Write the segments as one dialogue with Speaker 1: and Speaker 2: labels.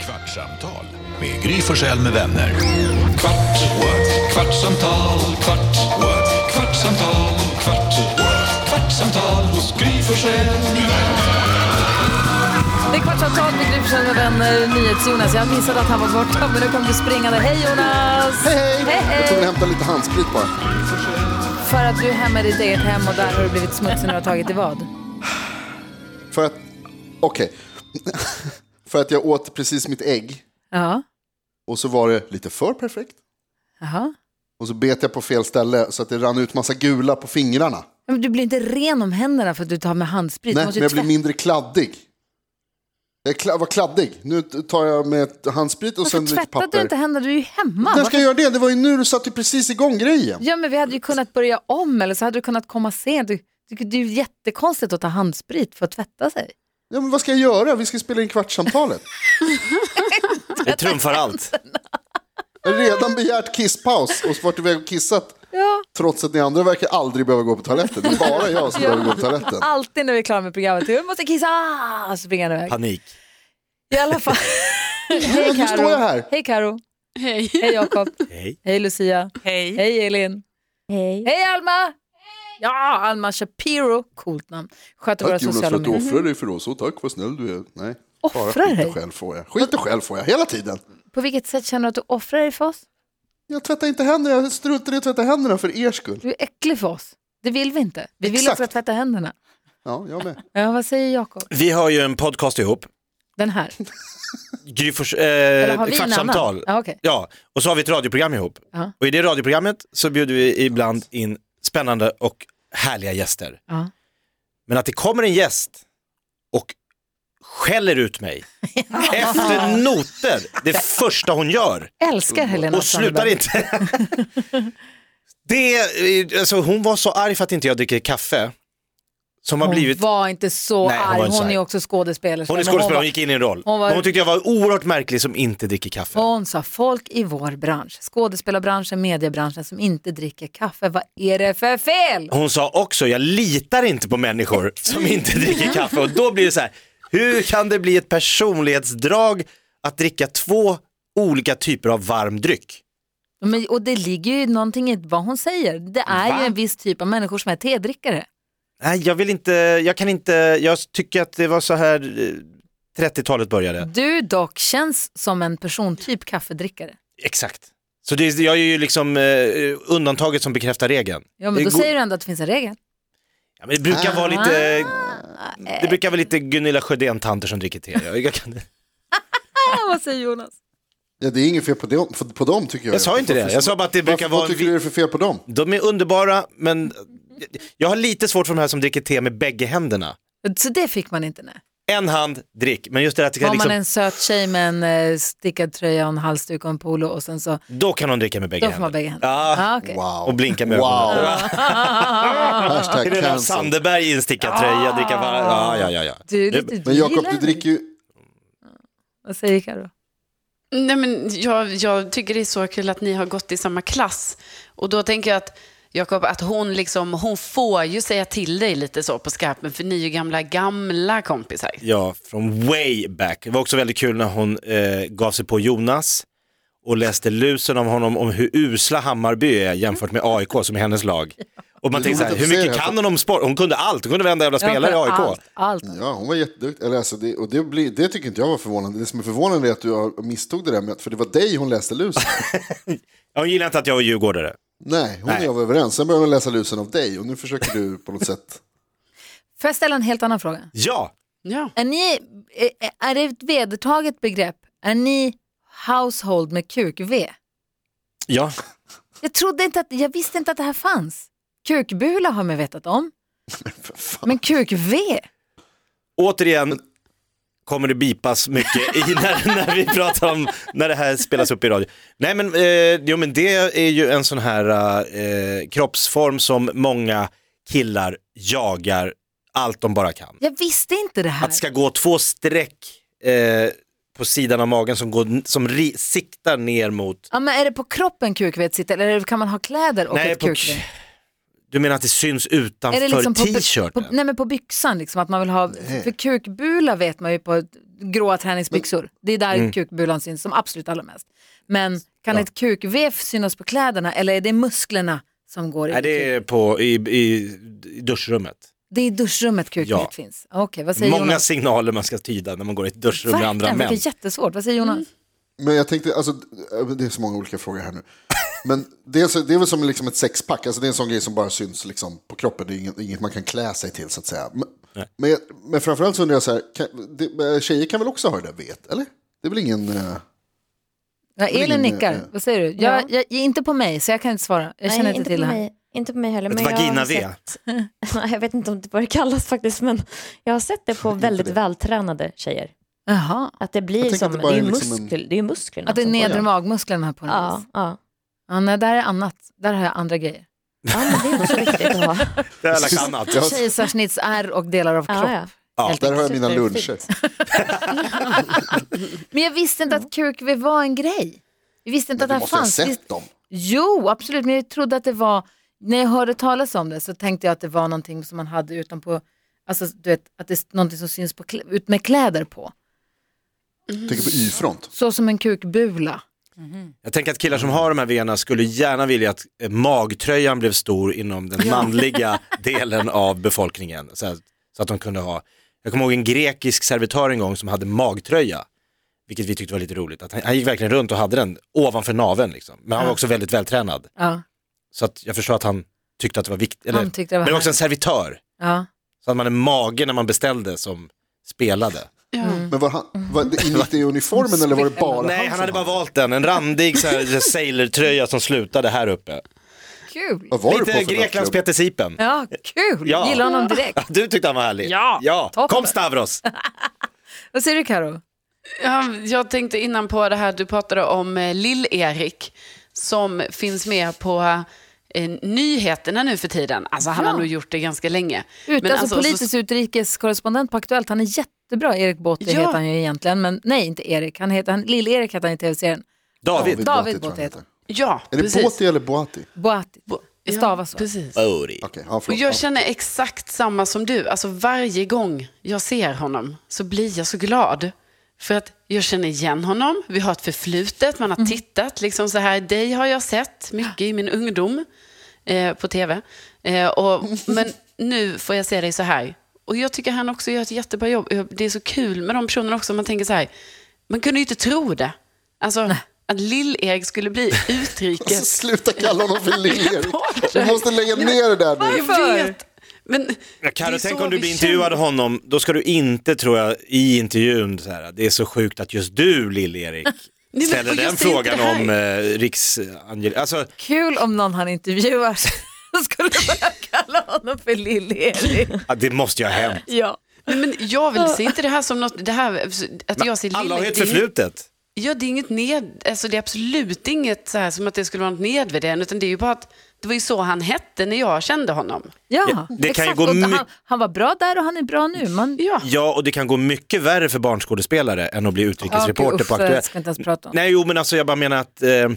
Speaker 1: Kvartsamtal med Gry Forssell med vänner. Kvart, what? kvartsamtal, kvart, what? kvartsamtal, kvart, what? kvartsamtal hos Gry Forssell med vänner.
Speaker 2: Det är Kvartsamtal med Gry Forssell med vänner, eh, NyhetsJonas. Jag missade att han var borta, men nu kom du springande. Hej Jonas!
Speaker 3: Hej, hej!
Speaker 2: Hej, hej.
Speaker 3: Jag tog och hämtade lite handsprit bara.
Speaker 2: För att du är hemma i ditt eget hem och där har du blivit smutsig när du har tagit i vad?
Speaker 3: För att, okej. för att jag åt precis mitt ägg
Speaker 2: Ja,
Speaker 3: och så var det lite för perfekt.
Speaker 2: jaha.
Speaker 3: Och så bet jag på fel ställe så att det rann ut massa gula på fingrarna.
Speaker 2: Ja, Men du blir inte ren om händerna för att du tar med handsprit.
Speaker 3: Nej,
Speaker 2: du
Speaker 3: men
Speaker 2: måste
Speaker 3: jag
Speaker 2: ju
Speaker 3: blir
Speaker 2: tvätta.
Speaker 3: mindre kladdig. Jag kla- var kladdig. Nu t- tar jag med ett handsprit och sen
Speaker 2: Varför
Speaker 3: lite
Speaker 2: tvättade du
Speaker 3: papper.
Speaker 2: inte händerna? Du är ju hemma.
Speaker 3: När
Speaker 2: Varför-
Speaker 3: ska jag göra det? Det var ju nu du satte ju precis igång grejen.
Speaker 2: Ja, men vi hade ju kunnat börja om eller så hade du kunnat komma sent. Du, du, det är ju jättekonstigt att ta handsprit för att tvätta sig.
Speaker 3: Ja, men vad ska jag göra? Vi ska spela in kvartssamtalet.
Speaker 4: Det trumfar allt.
Speaker 3: Jag har redan begärt kisspaus och varit iväg och kissat.
Speaker 2: Ja.
Speaker 3: Trots att ni andra verkar aldrig behöva gå på toaletten. Det är bara jag som behöver gå på toaletten.
Speaker 2: Alltid när vi är klara med programmet, du måste kissa! Springer han iväg.
Speaker 4: Panik.
Speaker 2: I alla fall. Hej
Speaker 3: nu står jag här.
Speaker 2: Hej Karo. Hej. Hej Jakob.
Speaker 4: Hej.
Speaker 2: Hej Lucia.
Speaker 5: Hej.
Speaker 2: Hej Elin. Hej. Hej Alma. Ja, Alma Shapiro. Coolt namn. Sköter våra
Speaker 3: Tack Jonas för
Speaker 2: sociala
Speaker 3: att du
Speaker 2: medier.
Speaker 3: offrar dig för oss. Och tack vad snäll du är. Nej, bara
Speaker 2: Offrar
Speaker 3: skit
Speaker 2: dig?
Speaker 3: och själv får jag. Skit och själv får jag hela tiden.
Speaker 2: På vilket sätt känner du att du offrar dig för oss?
Speaker 3: Jag tvättar inte händerna. Jag struntar i att tvätta händerna för er skull.
Speaker 2: Du är äcklig för oss. Det vill vi inte. Vi vill
Speaker 3: Exakt.
Speaker 2: att du ska tvätta händerna.
Speaker 3: Ja, jag med.
Speaker 2: Ja, vad säger Jakob?
Speaker 4: Vi har ju en podcast ihop,
Speaker 2: Den här.
Speaker 4: Eh, Gry Fors-
Speaker 2: Eller
Speaker 4: eh,
Speaker 2: har vi en
Speaker 4: Kvartsamtal.
Speaker 2: annan? Ja, okej.
Speaker 4: Ja, och så har vi ett radioprogram ihop.
Speaker 2: Ja.
Speaker 4: Och i det radioprogrammet så bjuder vi ibland in spännande och härliga gäster.
Speaker 2: Ja.
Speaker 4: Men att det kommer en gäst och skäller ut mig efter noter, det första hon gör,
Speaker 2: Älskar Helena
Speaker 4: och slutar
Speaker 2: Sandberg.
Speaker 4: inte. Det, är- alltså hon var så arg för att inte jag dricker kaffe, som har
Speaker 2: Hon
Speaker 4: blivit
Speaker 2: var inte så
Speaker 4: Nej, hon var
Speaker 2: arg.
Speaker 4: inte så
Speaker 2: Hon är
Speaker 4: arg.
Speaker 2: också skådespelerska.
Speaker 4: Hon är
Speaker 2: men
Speaker 4: skådespelare,
Speaker 2: var-
Speaker 4: hon gick in i en roll.
Speaker 2: hon var-
Speaker 4: Men Hon tyckte jag var oerhört märklig som inte dricker kaffe.
Speaker 2: Hon sa folk i vår bransch, skådespelarbranschen, mediebranschen som inte dricker kaffe, vad är det för fel?
Speaker 4: Hon sa också, jag litar inte på människor som inte dricker kaffe. Och då blir det så här, hur kan det bli ett personlighetsdrag att dricka två olika typer av varm dryck?
Speaker 2: Men, och det ligger ju någonting i vad hon säger. Det är ju en viss typ av människor som är tedrickare.
Speaker 4: Nej, jag vill inte, jag kan inte, jag tycker att det var så här eh, 30-talet började.
Speaker 2: Du dock känns som en persontyp kaffedrickare.
Speaker 4: Exakt. Så det, är- jag är ju liksom eh, undantaget som bekräftar regeln.
Speaker 2: Ja, men då
Speaker 4: det, går-
Speaker 2: säger du ändå att det finns en regel.
Speaker 4: ja, men det brukar vara lite, det brukar vara lite Gunilla Sjödén-tanter som dricker te. Jag, jag kan...
Speaker 2: Ah, vad säger Jonas?
Speaker 3: Ja, det är inget fel på dem, för- på dem tycker jag.
Speaker 4: Jag sa inte det. Jag sa bara att det
Speaker 3: Varför,
Speaker 4: brukar vara
Speaker 3: Vad
Speaker 4: en
Speaker 3: tycker
Speaker 4: vi-
Speaker 3: du det är för fel på dem?
Speaker 4: De är underbara, men jag har lite svårt för de här som dricker te med bägge händerna.
Speaker 2: Så det fick man inte. Nej.
Speaker 4: En hand, drick, men just det där att det
Speaker 2: Var
Speaker 4: kan liksom,
Speaker 2: man en söt tjej med en eh, stickad tröja och en halsduk och en polo och sen så,
Speaker 4: då kan hon dricka med bägge
Speaker 2: då får man
Speaker 4: händerna.
Speaker 2: bägge händer.
Speaker 4: Ja,
Speaker 2: Ah, okej.
Speaker 3: Wow.
Speaker 4: och blinka med
Speaker 3: Wow.
Speaker 4: ögonen.
Speaker 3: Hashtag
Speaker 4: Det där
Speaker 3: cancel.
Speaker 4: Sandeberg i en stickad
Speaker 2: Ah.
Speaker 4: tröja, dricka var... Ja, ja, ja. ja.
Speaker 2: Du är
Speaker 4: Det-
Speaker 2: lite
Speaker 3: Men Jakob,
Speaker 2: gillar
Speaker 3: du
Speaker 2: det.
Speaker 3: dricker ju...
Speaker 2: Vad säger Karo?
Speaker 5: Nej, men jag, jag tycker det är så kul att ni har gått i samma klass. Och då tänker jag att Jakob, att hon, liksom, hon får ju säga till dig lite så på skarpen, för ni är ju gamla, gamla kompisar.
Speaker 4: Ja, från way back. Det var också väldigt kul när hon eh, gav sig på Jonas och läste lusen om honom om hur usla Hammarby är jämfört med AIK som är hennes lag. Och man
Speaker 3: Det är
Speaker 4: tänker så här,
Speaker 3: roligt att
Speaker 4: hur
Speaker 3: säga
Speaker 4: mycket
Speaker 3: det här.
Speaker 4: kan hon om sport? Hon kunde allt, hon kunde varenda jävla spelare i AIK.
Speaker 2: Allt, allt.
Speaker 3: Ja, hon var jätteduktig. Eller alltså det, och det, blir, det tycker inte jag var förvånande. Det som är förvånande är att du har- misstog det där med att, för det var dig hon läste lusen.
Speaker 4: Ja, Hon gillar inte att jag var djurgårdare.
Speaker 3: Nej, hon och
Speaker 4: Nej.
Speaker 3: jag var överens. Sen började hon läsa lusen av dig och nu försöker du på något sätt.
Speaker 2: Får jag ställa en helt annan fråga?
Speaker 4: Ja,
Speaker 5: Ja.
Speaker 2: Är, ni, är- är det ett vedertaget begrepp? Är ni household med kuk-v?
Speaker 4: ja.
Speaker 2: Jag, trodde inte att, jag visste inte att det här fanns. Kukbula har man vetat om, men kuk-v?
Speaker 4: Återigen kommer det bipas mycket i när, när vi pratar om när det här spelas upp i radio. Nej men, eh, jo, men det är ju en sån här eh, kroppsform som många killar jagar allt de bara kan.
Speaker 2: Jag visste inte det här.
Speaker 4: Att det ska gå två streck eh, på sidan av magen som, går, som ri, siktar ner mot
Speaker 2: Ja, men är det på kroppen kuk-v sitter eller kan man ha kläder och
Speaker 4: Nej,
Speaker 2: ett
Speaker 4: på
Speaker 2: kuk-v?
Speaker 4: Du menar att det syns utanför
Speaker 2: Är det liksom på,
Speaker 4: t-shirten?
Speaker 2: på, nej men på byxan liksom, att man vill ha, för kukbula vet man ju på gråa
Speaker 4: Mm.
Speaker 2: träningsbyxor. Det är där kukbulan syns som absolut allra mest. Men kan ett kukvev synas på kläderna eller är det musklerna som går
Speaker 4: Nej,
Speaker 2: in? i
Speaker 4: det
Speaker 2: kuk?
Speaker 4: är på, i, i, i duschrummet.
Speaker 2: Det är i duschrummet kukvev
Speaker 4: Ja.
Speaker 2: finns. Okej, vad säger
Speaker 4: Många
Speaker 2: Jonas?
Speaker 4: signaler man ska tyda när man går i ett duschrum med andra
Speaker 2: Verkligen,
Speaker 4: män.
Speaker 2: det är jättesvårt. Vad
Speaker 6: Mm.
Speaker 2: säger Jonas?
Speaker 3: Men jag tänkte, alltså, det är så många olika frågor här nu. Men det är, så, det är väl som liksom ett sexpack, alltså det är en sån grej som bara syns liksom på kroppen, det är inget, inget man kan klä sig till så att säga. Men, men, jag- men framförallt så undrar jag så här, kan, det, tjejer kan väl också ha det där vet, eller? Det är väl ingen... eh,
Speaker 2: Ja, Elin
Speaker 3: Ring,
Speaker 2: nickar.
Speaker 3: eh,
Speaker 2: Vad säger du?
Speaker 6: Ja.
Speaker 2: Jag, jag, inte på mig, så jag kan inte svara. Jag känner
Speaker 6: Nej,
Speaker 2: inte
Speaker 6: inte
Speaker 2: till
Speaker 6: på
Speaker 2: det här.
Speaker 6: mig, inte på mig heller.
Speaker 4: Ett
Speaker 6: men jag har
Speaker 4: vagina-V.
Speaker 6: sett- Nej, Jag vet inte om det vad det kallas faktiskt, men jag har sett det på väldigt
Speaker 3: det.
Speaker 6: vältränade tjejer.
Speaker 2: Jaha,
Speaker 6: Att det blir
Speaker 3: tänker
Speaker 6: som,
Speaker 3: att det
Speaker 6: det,
Speaker 3: bara
Speaker 6: är
Speaker 3: är
Speaker 6: ju
Speaker 3: liksom en-
Speaker 6: muskel, det är ju musklerna.
Speaker 2: att det är
Speaker 6: som-
Speaker 2: nedre magmusklerna här på något
Speaker 6: Ja,
Speaker 2: vis.
Speaker 6: ja.
Speaker 2: Ja, nej, där är annat. Där har jag andra grejer.
Speaker 6: ja, men det är nog så viktigt att ha.
Speaker 4: Det har jag lagt annat.
Speaker 3: Jag har-
Speaker 2: Kejsarsnitts är och delar av kropp.
Speaker 6: Ja, ja.
Speaker 4: Ja,
Speaker 2: Helt
Speaker 3: där har jag mina
Speaker 6: Superfint.
Speaker 3: luncher.
Speaker 2: Men jag visste inte att kukvev var en grej. Jag visste inte
Speaker 3: Men du
Speaker 2: att det
Speaker 3: måste ha
Speaker 2: fanns. Visst-
Speaker 3: sett dem.
Speaker 2: Jo, absolut, men jag trodde att det var, när jag hörde talas om det så tänkte jag att det var någonting som man hade utanpå, alltså du vet, att det är någonting som syns på, klä- ut med kläder på.
Speaker 3: Tänker på Y-front.
Speaker 2: Så som en kukbula.
Speaker 4: jag tänker att killar som har de här vena skulle gärna vilja att eh, magtröjan blev stor inom den manliga delen av befolkningen. Så, här, så att de kunde ha, jag kommer ihåg en grekisk servitör en gång som hade magtröja. Vilket vi tyckte var lite roligt. Att han, han gick verkligen runt och hade den ovanför naveln. Liksom. Men han var också väldigt vältränad.
Speaker 2: Ja,
Speaker 4: Så att jag förstår att han tyckte att det var viktigt.
Speaker 2: Han tyckte det var
Speaker 4: men också en
Speaker 2: härligt.
Speaker 4: servitör.
Speaker 2: ja.
Speaker 4: Så hade man en mage när man beställde som spelade.
Speaker 5: Mm.
Speaker 3: Men var han, var, det- ingick det i uniformen eller var det bara
Speaker 4: Nej,
Speaker 3: som
Speaker 4: han hade bara
Speaker 3: hade?
Speaker 4: valt den. En randig så här, sailortröja som slutade här uppe.
Speaker 2: Kul!
Speaker 3: Vad var du på
Speaker 4: Lite
Speaker 3: för
Speaker 4: Greklands
Speaker 3: nattklubb?
Speaker 4: Peter Sipen.
Speaker 2: Ja, kul!
Speaker 4: Ja.
Speaker 2: Gillar honom direkt.
Speaker 4: Du tyckte han var härlig.
Speaker 2: Ja, toppen.
Speaker 4: Kom Stavros.
Speaker 2: Vad säger du Karo?
Speaker 5: Ja, jag tänkte innan på det här du pratade om eh, Lill-Erik som finns med på eh, nyheterna nu för tiden. Alltså han har nog gjort det ganska länge.
Speaker 2: Ut,
Speaker 5: Men
Speaker 2: alltså,
Speaker 5: så-
Speaker 2: politisk utrikeskorrespondent på Aktuellt, han är jättebra. Erik Båte
Speaker 5: Ja.
Speaker 2: heter han ju egentligen, men nej inte Erik, han heter, han, Lill-Erik heter han i tv-serien.
Speaker 4: David.
Speaker 3: Båti,
Speaker 2: David
Speaker 3: tror jag
Speaker 2: Båti heter.
Speaker 5: Ja,
Speaker 3: Är det
Speaker 5: precis.
Speaker 3: Båti eller Boati? Okej,
Speaker 2: Boati, det stavas så.
Speaker 5: ja, precis.
Speaker 4: Bodhi.
Speaker 3: ja,
Speaker 5: Och
Speaker 3: förlåt.
Speaker 5: jag känner exakt samma som du. Alltså varje gång jag ser honom så blir jag så glad. För att jag känner igen honom, vi har ett förflutet, man har
Speaker 3: Mm.
Speaker 5: tittat, liksom så här, dig har jag sett mycket i min ungdom eh, på tv. Eh, och, men nu får jag se dig så här. Och jag tycker han också gör ett jättebra jobb. Jag- Det är så kul med de personerna också, man tänker så här, man kunde ju inte tro det. Alltså, att Lill-Erik skulle bli
Speaker 3: Alltså,
Speaker 5: utrikes.
Speaker 3: sluta kalla honom för Lill-Erik.
Speaker 5: Bort.
Speaker 3: Du måste lägga ner det där nu.
Speaker 5: Jag vet. Men
Speaker 4: Jag
Speaker 5: det
Speaker 4: kan
Speaker 5: är
Speaker 4: tänk
Speaker 5: så
Speaker 4: om du
Speaker 5: vi
Speaker 4: blir intervjuad
Speaker 5: känner.
Speaker 4: av honom, då ska du inte tror jag i intervjun så här, det är så sjukt att just du Lill-Erik
Speaker 5: men-
Speaker 4: ställer
Speaker 5: och
Speaker 4: den
Speaker 5: just det är inte
Speaker 4: frågan
Speaker 5: det här.
Speaker 4: om eh, riksangel... Alltså,
Speaker 2: Kul om någon han intervjuar skulle börja kalla honom för Lill-Erik.
Speaker 4: ja, det måste ju ha hänt.
Speaker 2: Ja.
Speaker 5: Nej, men jag vill se inte det här som något, det här, att jag ser
Speaker 4: Alla har ju ett
Speaker 5: det är inget-
Speaker 4: förflutet.
Speaker 5: Ja, det är inget ned, alltså det är absolut inget så här som att det skulle vara något nedvärderande, utan det är ju bara att det var ju så han hette när jag kände honom.
Speaker 2: Ja,
Speaker 4: det kan ju
Speaker 2: exakt.
Speaker 4: gå
Speaker 2: Och
Speaker 4: my-
Speaker 2: han, han var bra där och han är bra nu. Man...
Speaker 5: Ja,
Speaker 4: Ja, och det kan gå mycket värre för barnskådespelare än att bli utrikesreporter på
Speaker 2: Aktuellt.
Speaker 4: Aktuellt.
Speaker 2: ska inte ens prata om.
Speaker 4: Nej, jo, men alltså jag bara menar att eh,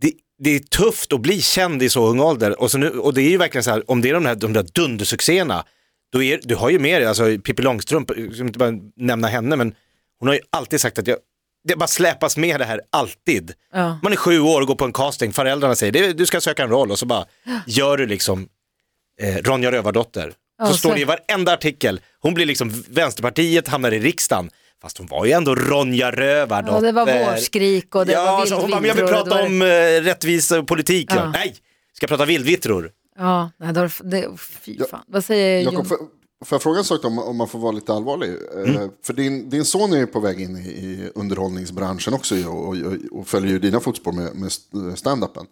Speaker 4: det, det är tufft att bli känd i så ung ålder. Och, så nu, och det är ju verkligen så här, om det är de där, de där dundersuccéerna, då är, du har ju med dig, alltså Pippi Långstrump, jag ska inte bara nämna henne, men hon har ju alltid sagt att jag, det bara släpas med det här alltid.
Speaker 2: Ja.
Speaker 4: Man är sju år och går på en casting, föräldrarna säger "Det- du ska söka en roll och så bara gör du liksom eh, Ronja Rövardotter. så
Speaker 2: så-
Speaker 4: står det i varenda artikel, hon blir liksom Vänsterpartiet, hamnar i riksdagen, fast hon var ju ändå Ronja Rövardotter.
Speaker 2: Ja, det var vårskrik och det
Speaker 4: ja,
Speaker 2: var vild
Speaker 4: så hon bara, men jag vill
Speaker 2: vindror och det
Speaker 4: prata
Speaker 2: var-
Speaker 4: om eh, rättvisa och politik. Ja.
Speaker 2: Ja.
Speaker 4: Nej, ska prata vildvittror.
Speaker 2: Ja, nej, då, det, fy fan. Vad säger Jonas?
Speaker 3: Jakob, får, får jag fråga en sak då, om, om man får vara lite allvarlig? Eh, För din, din son är ju på väg in i, i underhållningsbranschen också ju, och, och, och följer ju dina fotspår med, med st- standupen.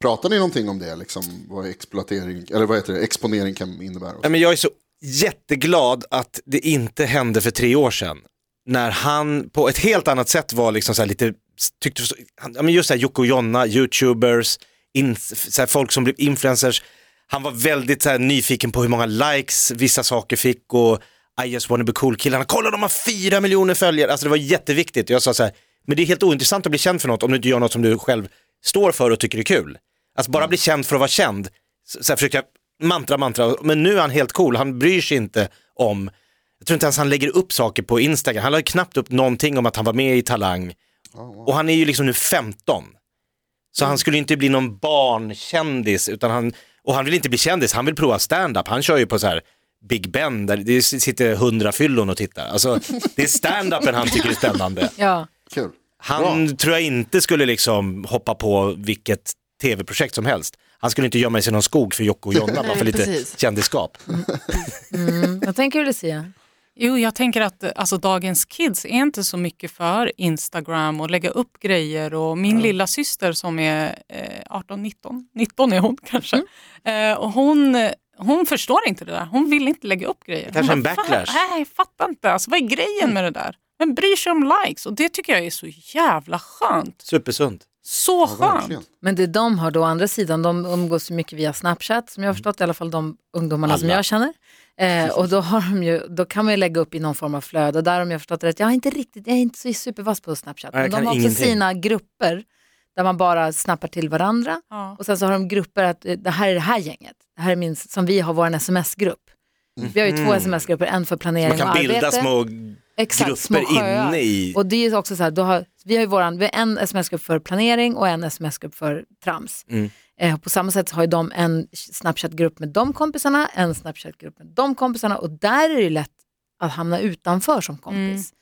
Speaker 3: Pratar ni någonting om det, liksom, vad, exploatering, eller vad heter det, exponering kan innebära?
Speaker 4: Nej, men jag är så jätteglad att det inte hände för tre år sedan. När han på ett helt annat sätt var liksom så här lite, tyckte, han- ja, men just så här Jocke och Jonna, youtubers, in, så här folk som blev influencers. Han var väldigt så här nyfiken på hur många likes vissa saker fick och I just wanna be cool-killarna, kolla de har fyra miljoner följare. Alltså det var jätteviktigt. Jag sa så här, men det är helt ointressant att bli känd för något om du inte gör något som du själv står för och tycker är kul. Alltså bara bli känd för att vara känd så så här, försöka mantra, mantra, men nu är han helt cool, han bryr sig inte om, jag tror inte ens han lägger upp saker på Instagram, han la ju knappt upp någonting om att han var med i Talang. Och han är ju liksom nu 15. Så han skulle ju inte bli någon barnkändis, utan han, och han vill inte bli kändis, han vill prova stand-up. Han kör ju på så här Big Ben, där det sitter hundra fyllon och tittar. Alltså, det är stand-upen han tycker är spännande.
Speaker 2: Ja.
Speaker 3: Kul.
Speaker 4: Han tror jag inte skulle liksom hoppa på vilket tv-projekt som helst. Han skulle inte gömma sig i någon skog för Jocke och Jonna, bara för lite
Speaker 5: precis.
Speaker 4: kändisskap.
Speaker 2: mm, Vad tänker du Lucia?
Speaker 7: Jo, jag tänker att eh, alltså, dagens kids är inte så mycket för Instagram och lägga upp grejer. Och min lilla syster som är eh, 18, 19, 19 är hon kanske.
Speaker 4: Mm.
Speaker 7: Eh, och hon, eh, hon förstår inte det där, hon vill inte lägga upp grejer.
Speaker 4: Kanske
Speaker 7: hon
Speaker 4: en
Speaker 7: bara,
Speaker 4: backlash. Mm.
Speaker 7: "Fan, Nej, jag fattar inte. Alltså, vad är grejen med det där? Vem bryr sig om likes? Och det tycker jag är så jävla skönt.
Speaker 4: Supersunt.
Speaker 7: Så skönt.
Speaker 3: Verkligen.
Speaker 2: Men det de har då, å andra sidan, de umgås så mycket via Snapchat, som jag har förstått i alla fall de ungdomarna som
Speaker 4: Alla.
Speaker 2: jag känner. Eh, och då, har de ju, då kan man ju lägga upp i någon form av flöde. Och där om jag har förstått det rätt, jag är inte riktigt, jag är inte så supervass på Snapchat.
Speaker 4: Nej,
Speaker 2: Men
Speaker 4: jag
Speaker 2: de
Speaker 4: kan
Speaker 2: har också
Speaker 4: ingenting.
Speaker 2: sina grupper där man bara snappar till varandra.
Speaker 7: Ja.
Speaker 2: Och sen så har de grupper att eh, det här är det här gänget. Det här är min, som vi har vår sms-grupp. Vi har ju två sms-grupper, en för planering
Speaker 4: Mhm. Man
Speaker 2: och
Speaker 4: kan
Speaker 2: arbete.
Speaker 4: bilda små
Speaker 2: Exakt, små
Speaker 4: grupper
Speaker 2: sjöar.
Speaker 4: inne i...
Speaker 2: Och det är ju också så här, då har, vi har ju våran, vi har en sms-grupp för planering och en sms-grupp för trams.
Speaker 4: Mm.
Speaker 2: Eh, på samma sätt så har ju de en Snapchat-grupp med de kompisarna, en Snapchat-grupp med de kompisarna och där är det ju lätt att hamna utanför som kompis.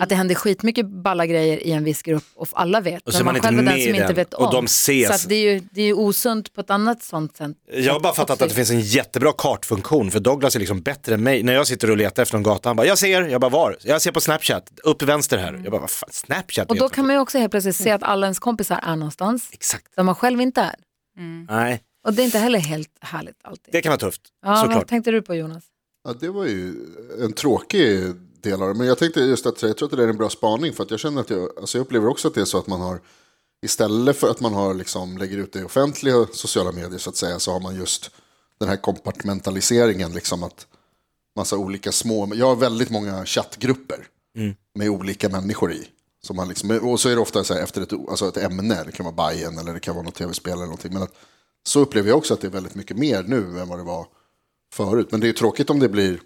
Speaker 2: Att det händer skitmycket balla grejer i en viss grupp och alla vet.
Speaker 4: Och så
Speaker 2: men
Speaker 4: är man inte
Speaker 2: själv är
Speaker 4: med
Speaker 2: den som
Speaker 4: i
Speaker 2: inte
Speaker 4: den.
Speaker 2: vet om.
Speaker 4: Och de ses.
Speaker 2: Så att det, är ju, det är ju osunt på ett annat sånt sätt.
Speaker 4: Jag har bara fattat att det finns en jättebra kartfunktion för Douglas är liksom bättre än mig. När jag sitter och letar efter någon gata, han bara, jag ser, jag bara var? Jag ser på Snapchat, upp vänster här. Jag bara, vad fan, Snapchat?
Speaker 2: Och
Speaker 4: vet
Speaker 2: då
Speaker 4: jag
Speaker 2: kan
Speaker 4: inte."
Speaker 2: man ju också helt plötsligt se att alla ens kompisar är någonstans
Speaker 4: Exakt,
Speaker 2: där man själv inte är.
Speaker 4: nej,
Speaker 2: Och det är inte heller helt härligt alltid.
Speaker 4: det kan vara tufft,
Speaker 2: ja, vad
Speaker 4: såklart.
Speaker 2: tänkte du på Jonas?
Speaker 3: Ja, det var ju en tråkig del av det. Men jag tänkte just att jag tror att det där är en bra spaning. För att jag känner att jag, alltså jag upplever också att det är så att man har, istället för att man har liksom, lägger ut det i offentliga sociala medier så att säga, så har man just den här kompartmentaliseringen. Liksom att massa olika små, jag har väldigt många chattgrupper med olika människor i. Som man liksom, och så är det ofta så här efter ett, alltså ett ämne, det kan vara Bajen eller det kan vara något tv-spel eller någonting. Men att, så upplever jag också att det är väldigt mycket mer nu än vad det var förut. Men det är ju tråkigt om det blir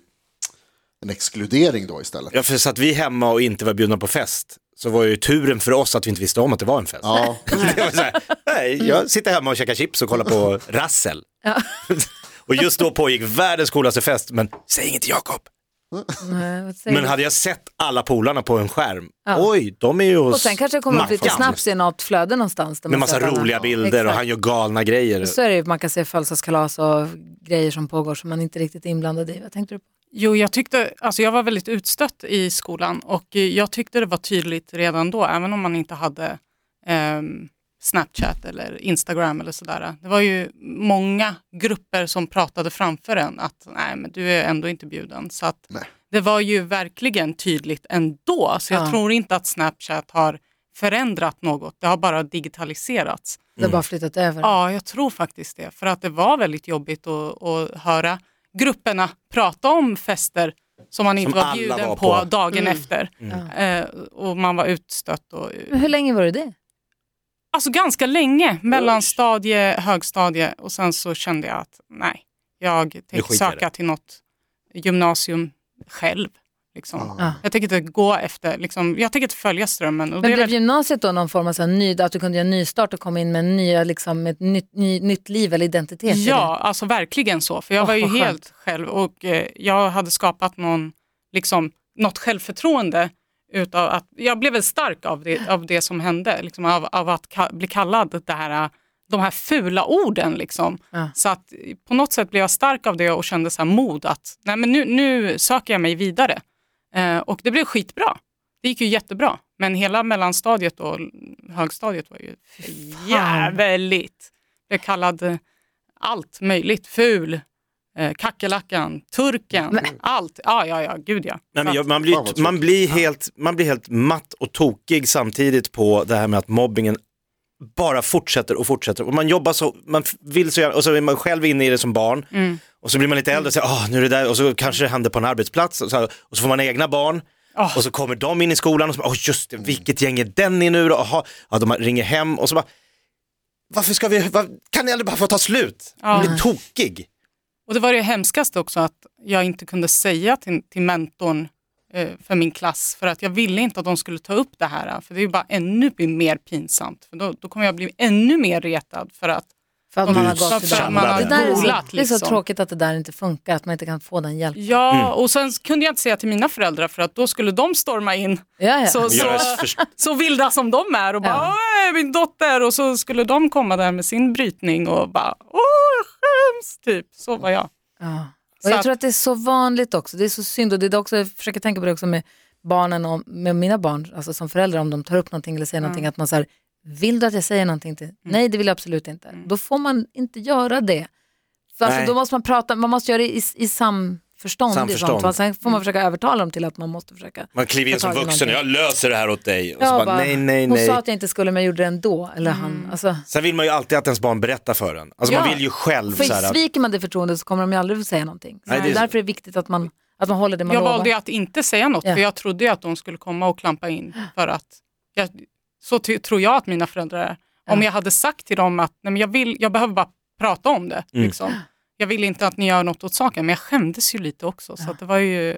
Speaker 3: en exkludering då istället.
Speaker 4: Ja, för satt vi hemma och inte var bjudna på fest så var ju turen för oss att vi inte visste om att det var en fest.
Speaker 3: Ja,
Speaker 4: Det var så här,
Speaker 2: Mm.
Speaker 4: nej, jag sitter hemma och käkar chips och kollar på Rassel. och just då pågick världens coolaste fest, men säg inget till Jakob.
Speaker 2: Nej, vad säger
Speaker 4: Men
Speaker 2: du?
Speaker 4: hade jag sett alla polarna på en skärm, oj, de är ju hos
Speaker 2: Och sen kanske det kommer upp lite
Speaker 4: Mackan.
Speaker 2: snabbt i något flöde någonstans. Där
Speaker 4: Med
Speaker 2: man
Speaker 4: massa
Speaker 2: ser att han-
Speaker 4: roliga bilder och
Speaker 2: Exakt.
Speaker 4: han gör galna grejer.
Speaker 2: Så är det ju, man kan se födelsedagskalas och grejer som pågår som man inte riktigt är inblandad i. Vad tänkte du på?
Speaker 7: Jo, jag, tyckte, alltså jag var väldigt utstött i skolan och eh, jag tyckte det var tydligt redan då, även om man inte hade ehm, Snapchat eller Instagram eller sådär. Det var ju många grupper som pratade framför en att nej, men du är ändå inte bjuden. Så att
Speaker 3: Nej.
Speaker 7: det var ju verkligen tydligt ändå, så jag
Speaker 2: Ja.
Speaker 7: tror inte att Snapchat har förändrat något, det har bara digitaliserats.
Speaker 2: Det
Speaker 4: Mm.
Speaker 2: har bara flyttat över.
Speaker 7: Ja, jag tror faktiskt det. För att det var väldigt jobbigt att, att höra grupperna prata om fester som man inte
Speaker 4: Som alla
Speaker 7: var bjuden
Speaker 4: var
Speaker 7: på,
Speaker 4: på.
Speaker 7: dagen efter.
Speaker 2: Mm.
Speaker 7: Eh, och man var utstött. Och,
Speaker 2: Men hur länge var det det?
Speaker 7: alltså ganska länge, mellanstadie, högstadie. Och sen så kände jag att nej, jag tänker
Speaker 4: skiter i
Speaker 7: söka till något gymnasium själv. Liksom.
Speaker 4: Ah.
Speaker 2: Ja.
Speaker 7: Jag tänker inte gå efter, liksom, jag tänker inte följa strömmen. Och
Speaker 2: Ah. Men
Speaker 7: det är
Speaker 2: blev
Speaker 7: väl,
Speaker 2: gymnasiet då någon form av så här ny, att du kunde göra nystart och komma in med, nya, liksom, med ett nytt, ny, nytt liv eller identitet? i
Speaker 7: ja, alltså verkligen så. För jag
Speaker 2: Åh,
Speaker 7: var ju
Speaker 2: vad skönt.
Speaker 7: helt själv och eh, jag hade skapat någon, liksom, något självförtroende. Utav att, jag blev väl stark av det, av det som hände, liksom, av, av att ka- bli kallad det här, eh, de här fula orden. Liksom.
Speaker 2: Ja.
Speaker 7: Så att eh, på något sätt blev jag stark av det och kände så här mod att Nej, men nu, nu söker jag mig vidare. Eh, och det blev skitbra. Det gick ju jättebra. Men hela mellanstadiet och l- högstadiet var ju jävligt. Blev kallad eh, allt möjligt. Ful, eh, kackerlackan, turken, allt. Ja, ja, ja, gud ja.
Speaker 4: Nej, men
Speaker 7: Så
Speaker 4: jag,
Speaker 7: att-
Speaker 4: man,
Speaker 3: Fan,
Speaker 4: blir,
Speaker 3: vad
Speaker 4: man, blir helt, man blir helt matt och tokig samtidigt på det här med att mobbingen bara fortsätter och fortsätter. Och man jobbar så, man f- vill så gärna, och så är man själv inne i det som barn. Och så blir man lite äldre och säger, ah nu är det där, och så kanske det händer på en arbetsplats. Och så, här, och så får man egna barn.
Speaker 7: Åh.
Speaker 4: Och så kommer de in i skolan och så bara, oh, just det, vilket gäng är den i nu då? Aha. Ja, de ringer hem och så bara, varför ska vi, var, kan ni aldrig bara få ta slut?
Speaker 7: Ja.
Speaker 4: Jag blir tokig.
Speaker 7: Och det var det hemskaste också att jag inte kunde säga till, till mentorn eh, för min klass för att jag ville inte att de skulle ta upp det här. eh, För det är ju bara ännu mer pinsamt. För då, då kommer jag bli ännu mer retad för att
Speaker 2: För att
Speaker 7: Om
Speaker 2: man
Speaker 7: du
Speaker 2: har gått till
Speaker 7: utsatt
Speaker 2: dem.
Speaker 7: för att man har
Speaker 2: det, där är så,
Speaker 7: golat,
Speaker 2: det är så
Speaker 7: liksom.
Speaker 2: tråkigt att det där inte funkar, att man inte kan få den hjälpen.
Speaker 7: ja, och sen kunde jag inte säga till mina föräldrar för att då skulle de storma in
Speaker 2: Ah, Ja, ja.
Speaker 7: så, så,
Speaker 4: Jag är först-
Speaker 7: så vilda som de är och bara
Speaker 2: Ja.
Speaker 7: "Åh, min dotter och så skulle de komma där med sin brytning och bara åh jag skäms typ. Så var jag.
Speaker 2: Ja.
Speaker 7: Så
Speaker 2: Och jag
Speaker 7: att-
Speaker 2: tror att det är så vanligt också. Det är så synd och det är också, jag försöker tänka på det också med barnen och med mina barn, alltså som föräldrar om de tar upp någonting eller säger någonting, att man säger, vill du att jag säger någonting
Speaker 7: Mm.
Speaker 2: till? Nej, det vill jag absolut inte. Då får man inte göra det. För alltså,
Speaker 4: Nej.
Speaker 2: då måste man prata, man måste göra det i, i samförstånd. I
Speaker 4: Samförstånd.
Speaker 2: samtal. Sen
Speaker 7: Mm.
Speaker 2: får man försöka övertala dem till att man måste försöka.
Speaker 4: Man kliver in
Speaker 2: Ta
Speaker 4: som
Speaker 2: tag i
Speaker 4: vuxen och jag
Speaker 2: någonting.
Speaker 4: löser det här åt dig. Och så
Speaker 2: Ja,
Speaker 4: bara,
Speaker 2: bara,
Speaker 4: nej, nej,
Speaker 2: Hon
Speaker 4: nej.
Speaker 2: sa att jag inte skulle men jag gjorde det ändå. Eller
Speaker 7: Mm.
Speaker 2: han. Alltså,
Speaker 4: Sen vill man ju alltid att ens barn berättar för en. Alltså man
Speaker 2: Ja.
Speaker 4: vill ju själv så
Speaker 2: för
Speaker 4: här,
Speaker 2: sviker man det förtroendet så kommer de ju aldrig att säga någonting. Så
Speaker 4: Nej, det är så.
Speaker 2: därför är det viktigt att man, att man håller det man
Speaker 7: Jag
Speaker 2: lovar.
Speaker 7: valde ju att inte säga något
Speaker 2: Ja.
Speaker 7: för jag trodde ju att de skulle komma och klampa in för att jag, så ty- tror jag att mina föräldrar är. Om jag hade sagt till dem att nej, men jag, vill, jag behöver bara prata om det. Liksom. Jag vill inte att ni gör något åt saken men jag skämdes ju lite också så att det var ju,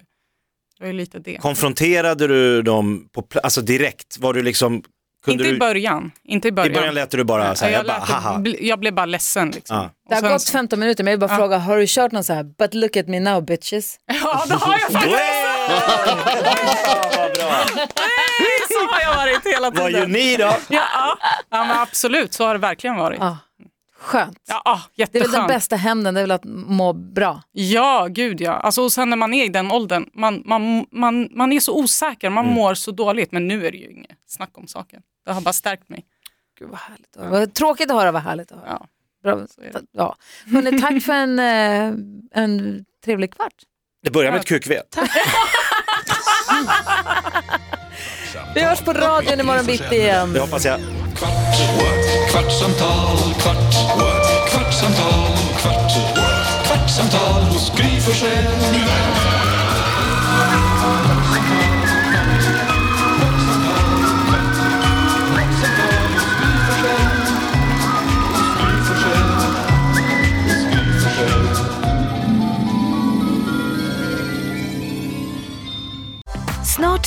Speaker 7: det var ju lite det.
Speaker 4: konfronterade du dem på, pla- alltså direkt? Var du liksom, kunde
Speaker 7: Inte
Speaker 4: du,
Speaker 7: i början. Inte i början.
Speaker 4: i början lät du bara så här,
Speaker 7: jag,
Speaker 4: jag, bara,
Speaker 7: lät det
Speaker 4: haha.
Speaker 7: bli- jag blev bara ledsen. Liksom.
Speaker 4: Ja.
Speaker 7: Och
Speaker 2: Det har
Speaker 7: sen
Speaker 2: gått
Speaker 7: så-
Speaker 2: 15 minuter men jag vill bara fråga, har du kört någon så här “but look at me now bitches”?
Speaker 7: Ja, det har jag faktiskt.
Speaker 4: Vad bra.
Speaker 7: Så har jag varit hela
Speaker 4: Vad gör
Speaker 7: tiden.
Speaker 4: ni då?
Speaker 7: Ja, ja. ja men absolut, så har det verkligen varit.
Speaker 2: Ja. Skönt.
Speaker 7: Ja, ja,
Speaker 2: Det är väl den
Speaker 7: jätteskönt.
Speaker 2: bästa hämnden, det är väl att må bra.
Speaker 7: Ja, gud ja. Alltså, och sen när man är i den åldern, man, man, man, man är så osäker, man
Speaker 4: Mm.
Speaker 7: mår så dåligt. Men nu är det ju inget snack om saken. Det har bara stärkt mig.
Speaker 2: Gud vad härligt att höra. Vad Tråkigt att höra, vad härligt att höra.
Speaker 7: Ja.
Speaker 2: Bra.
Speaker 7: är det.
Speaker 2: Ta- Ja. Hörrni, tack för en, eh, en trevlig kvart.
Speaker 4: Det börjar med ett kukvet.
Speaker 2: Vi hörs på radion imorgon bitti igen.
Speaker 4: Det hoppas jag.
Speaker 1: Kvart, what? kvartsamtal, kvart, what? kvartsamtal, kvart, what? kvartsamtal hos Gry Forssell med vänner.
Speaker 8: Snart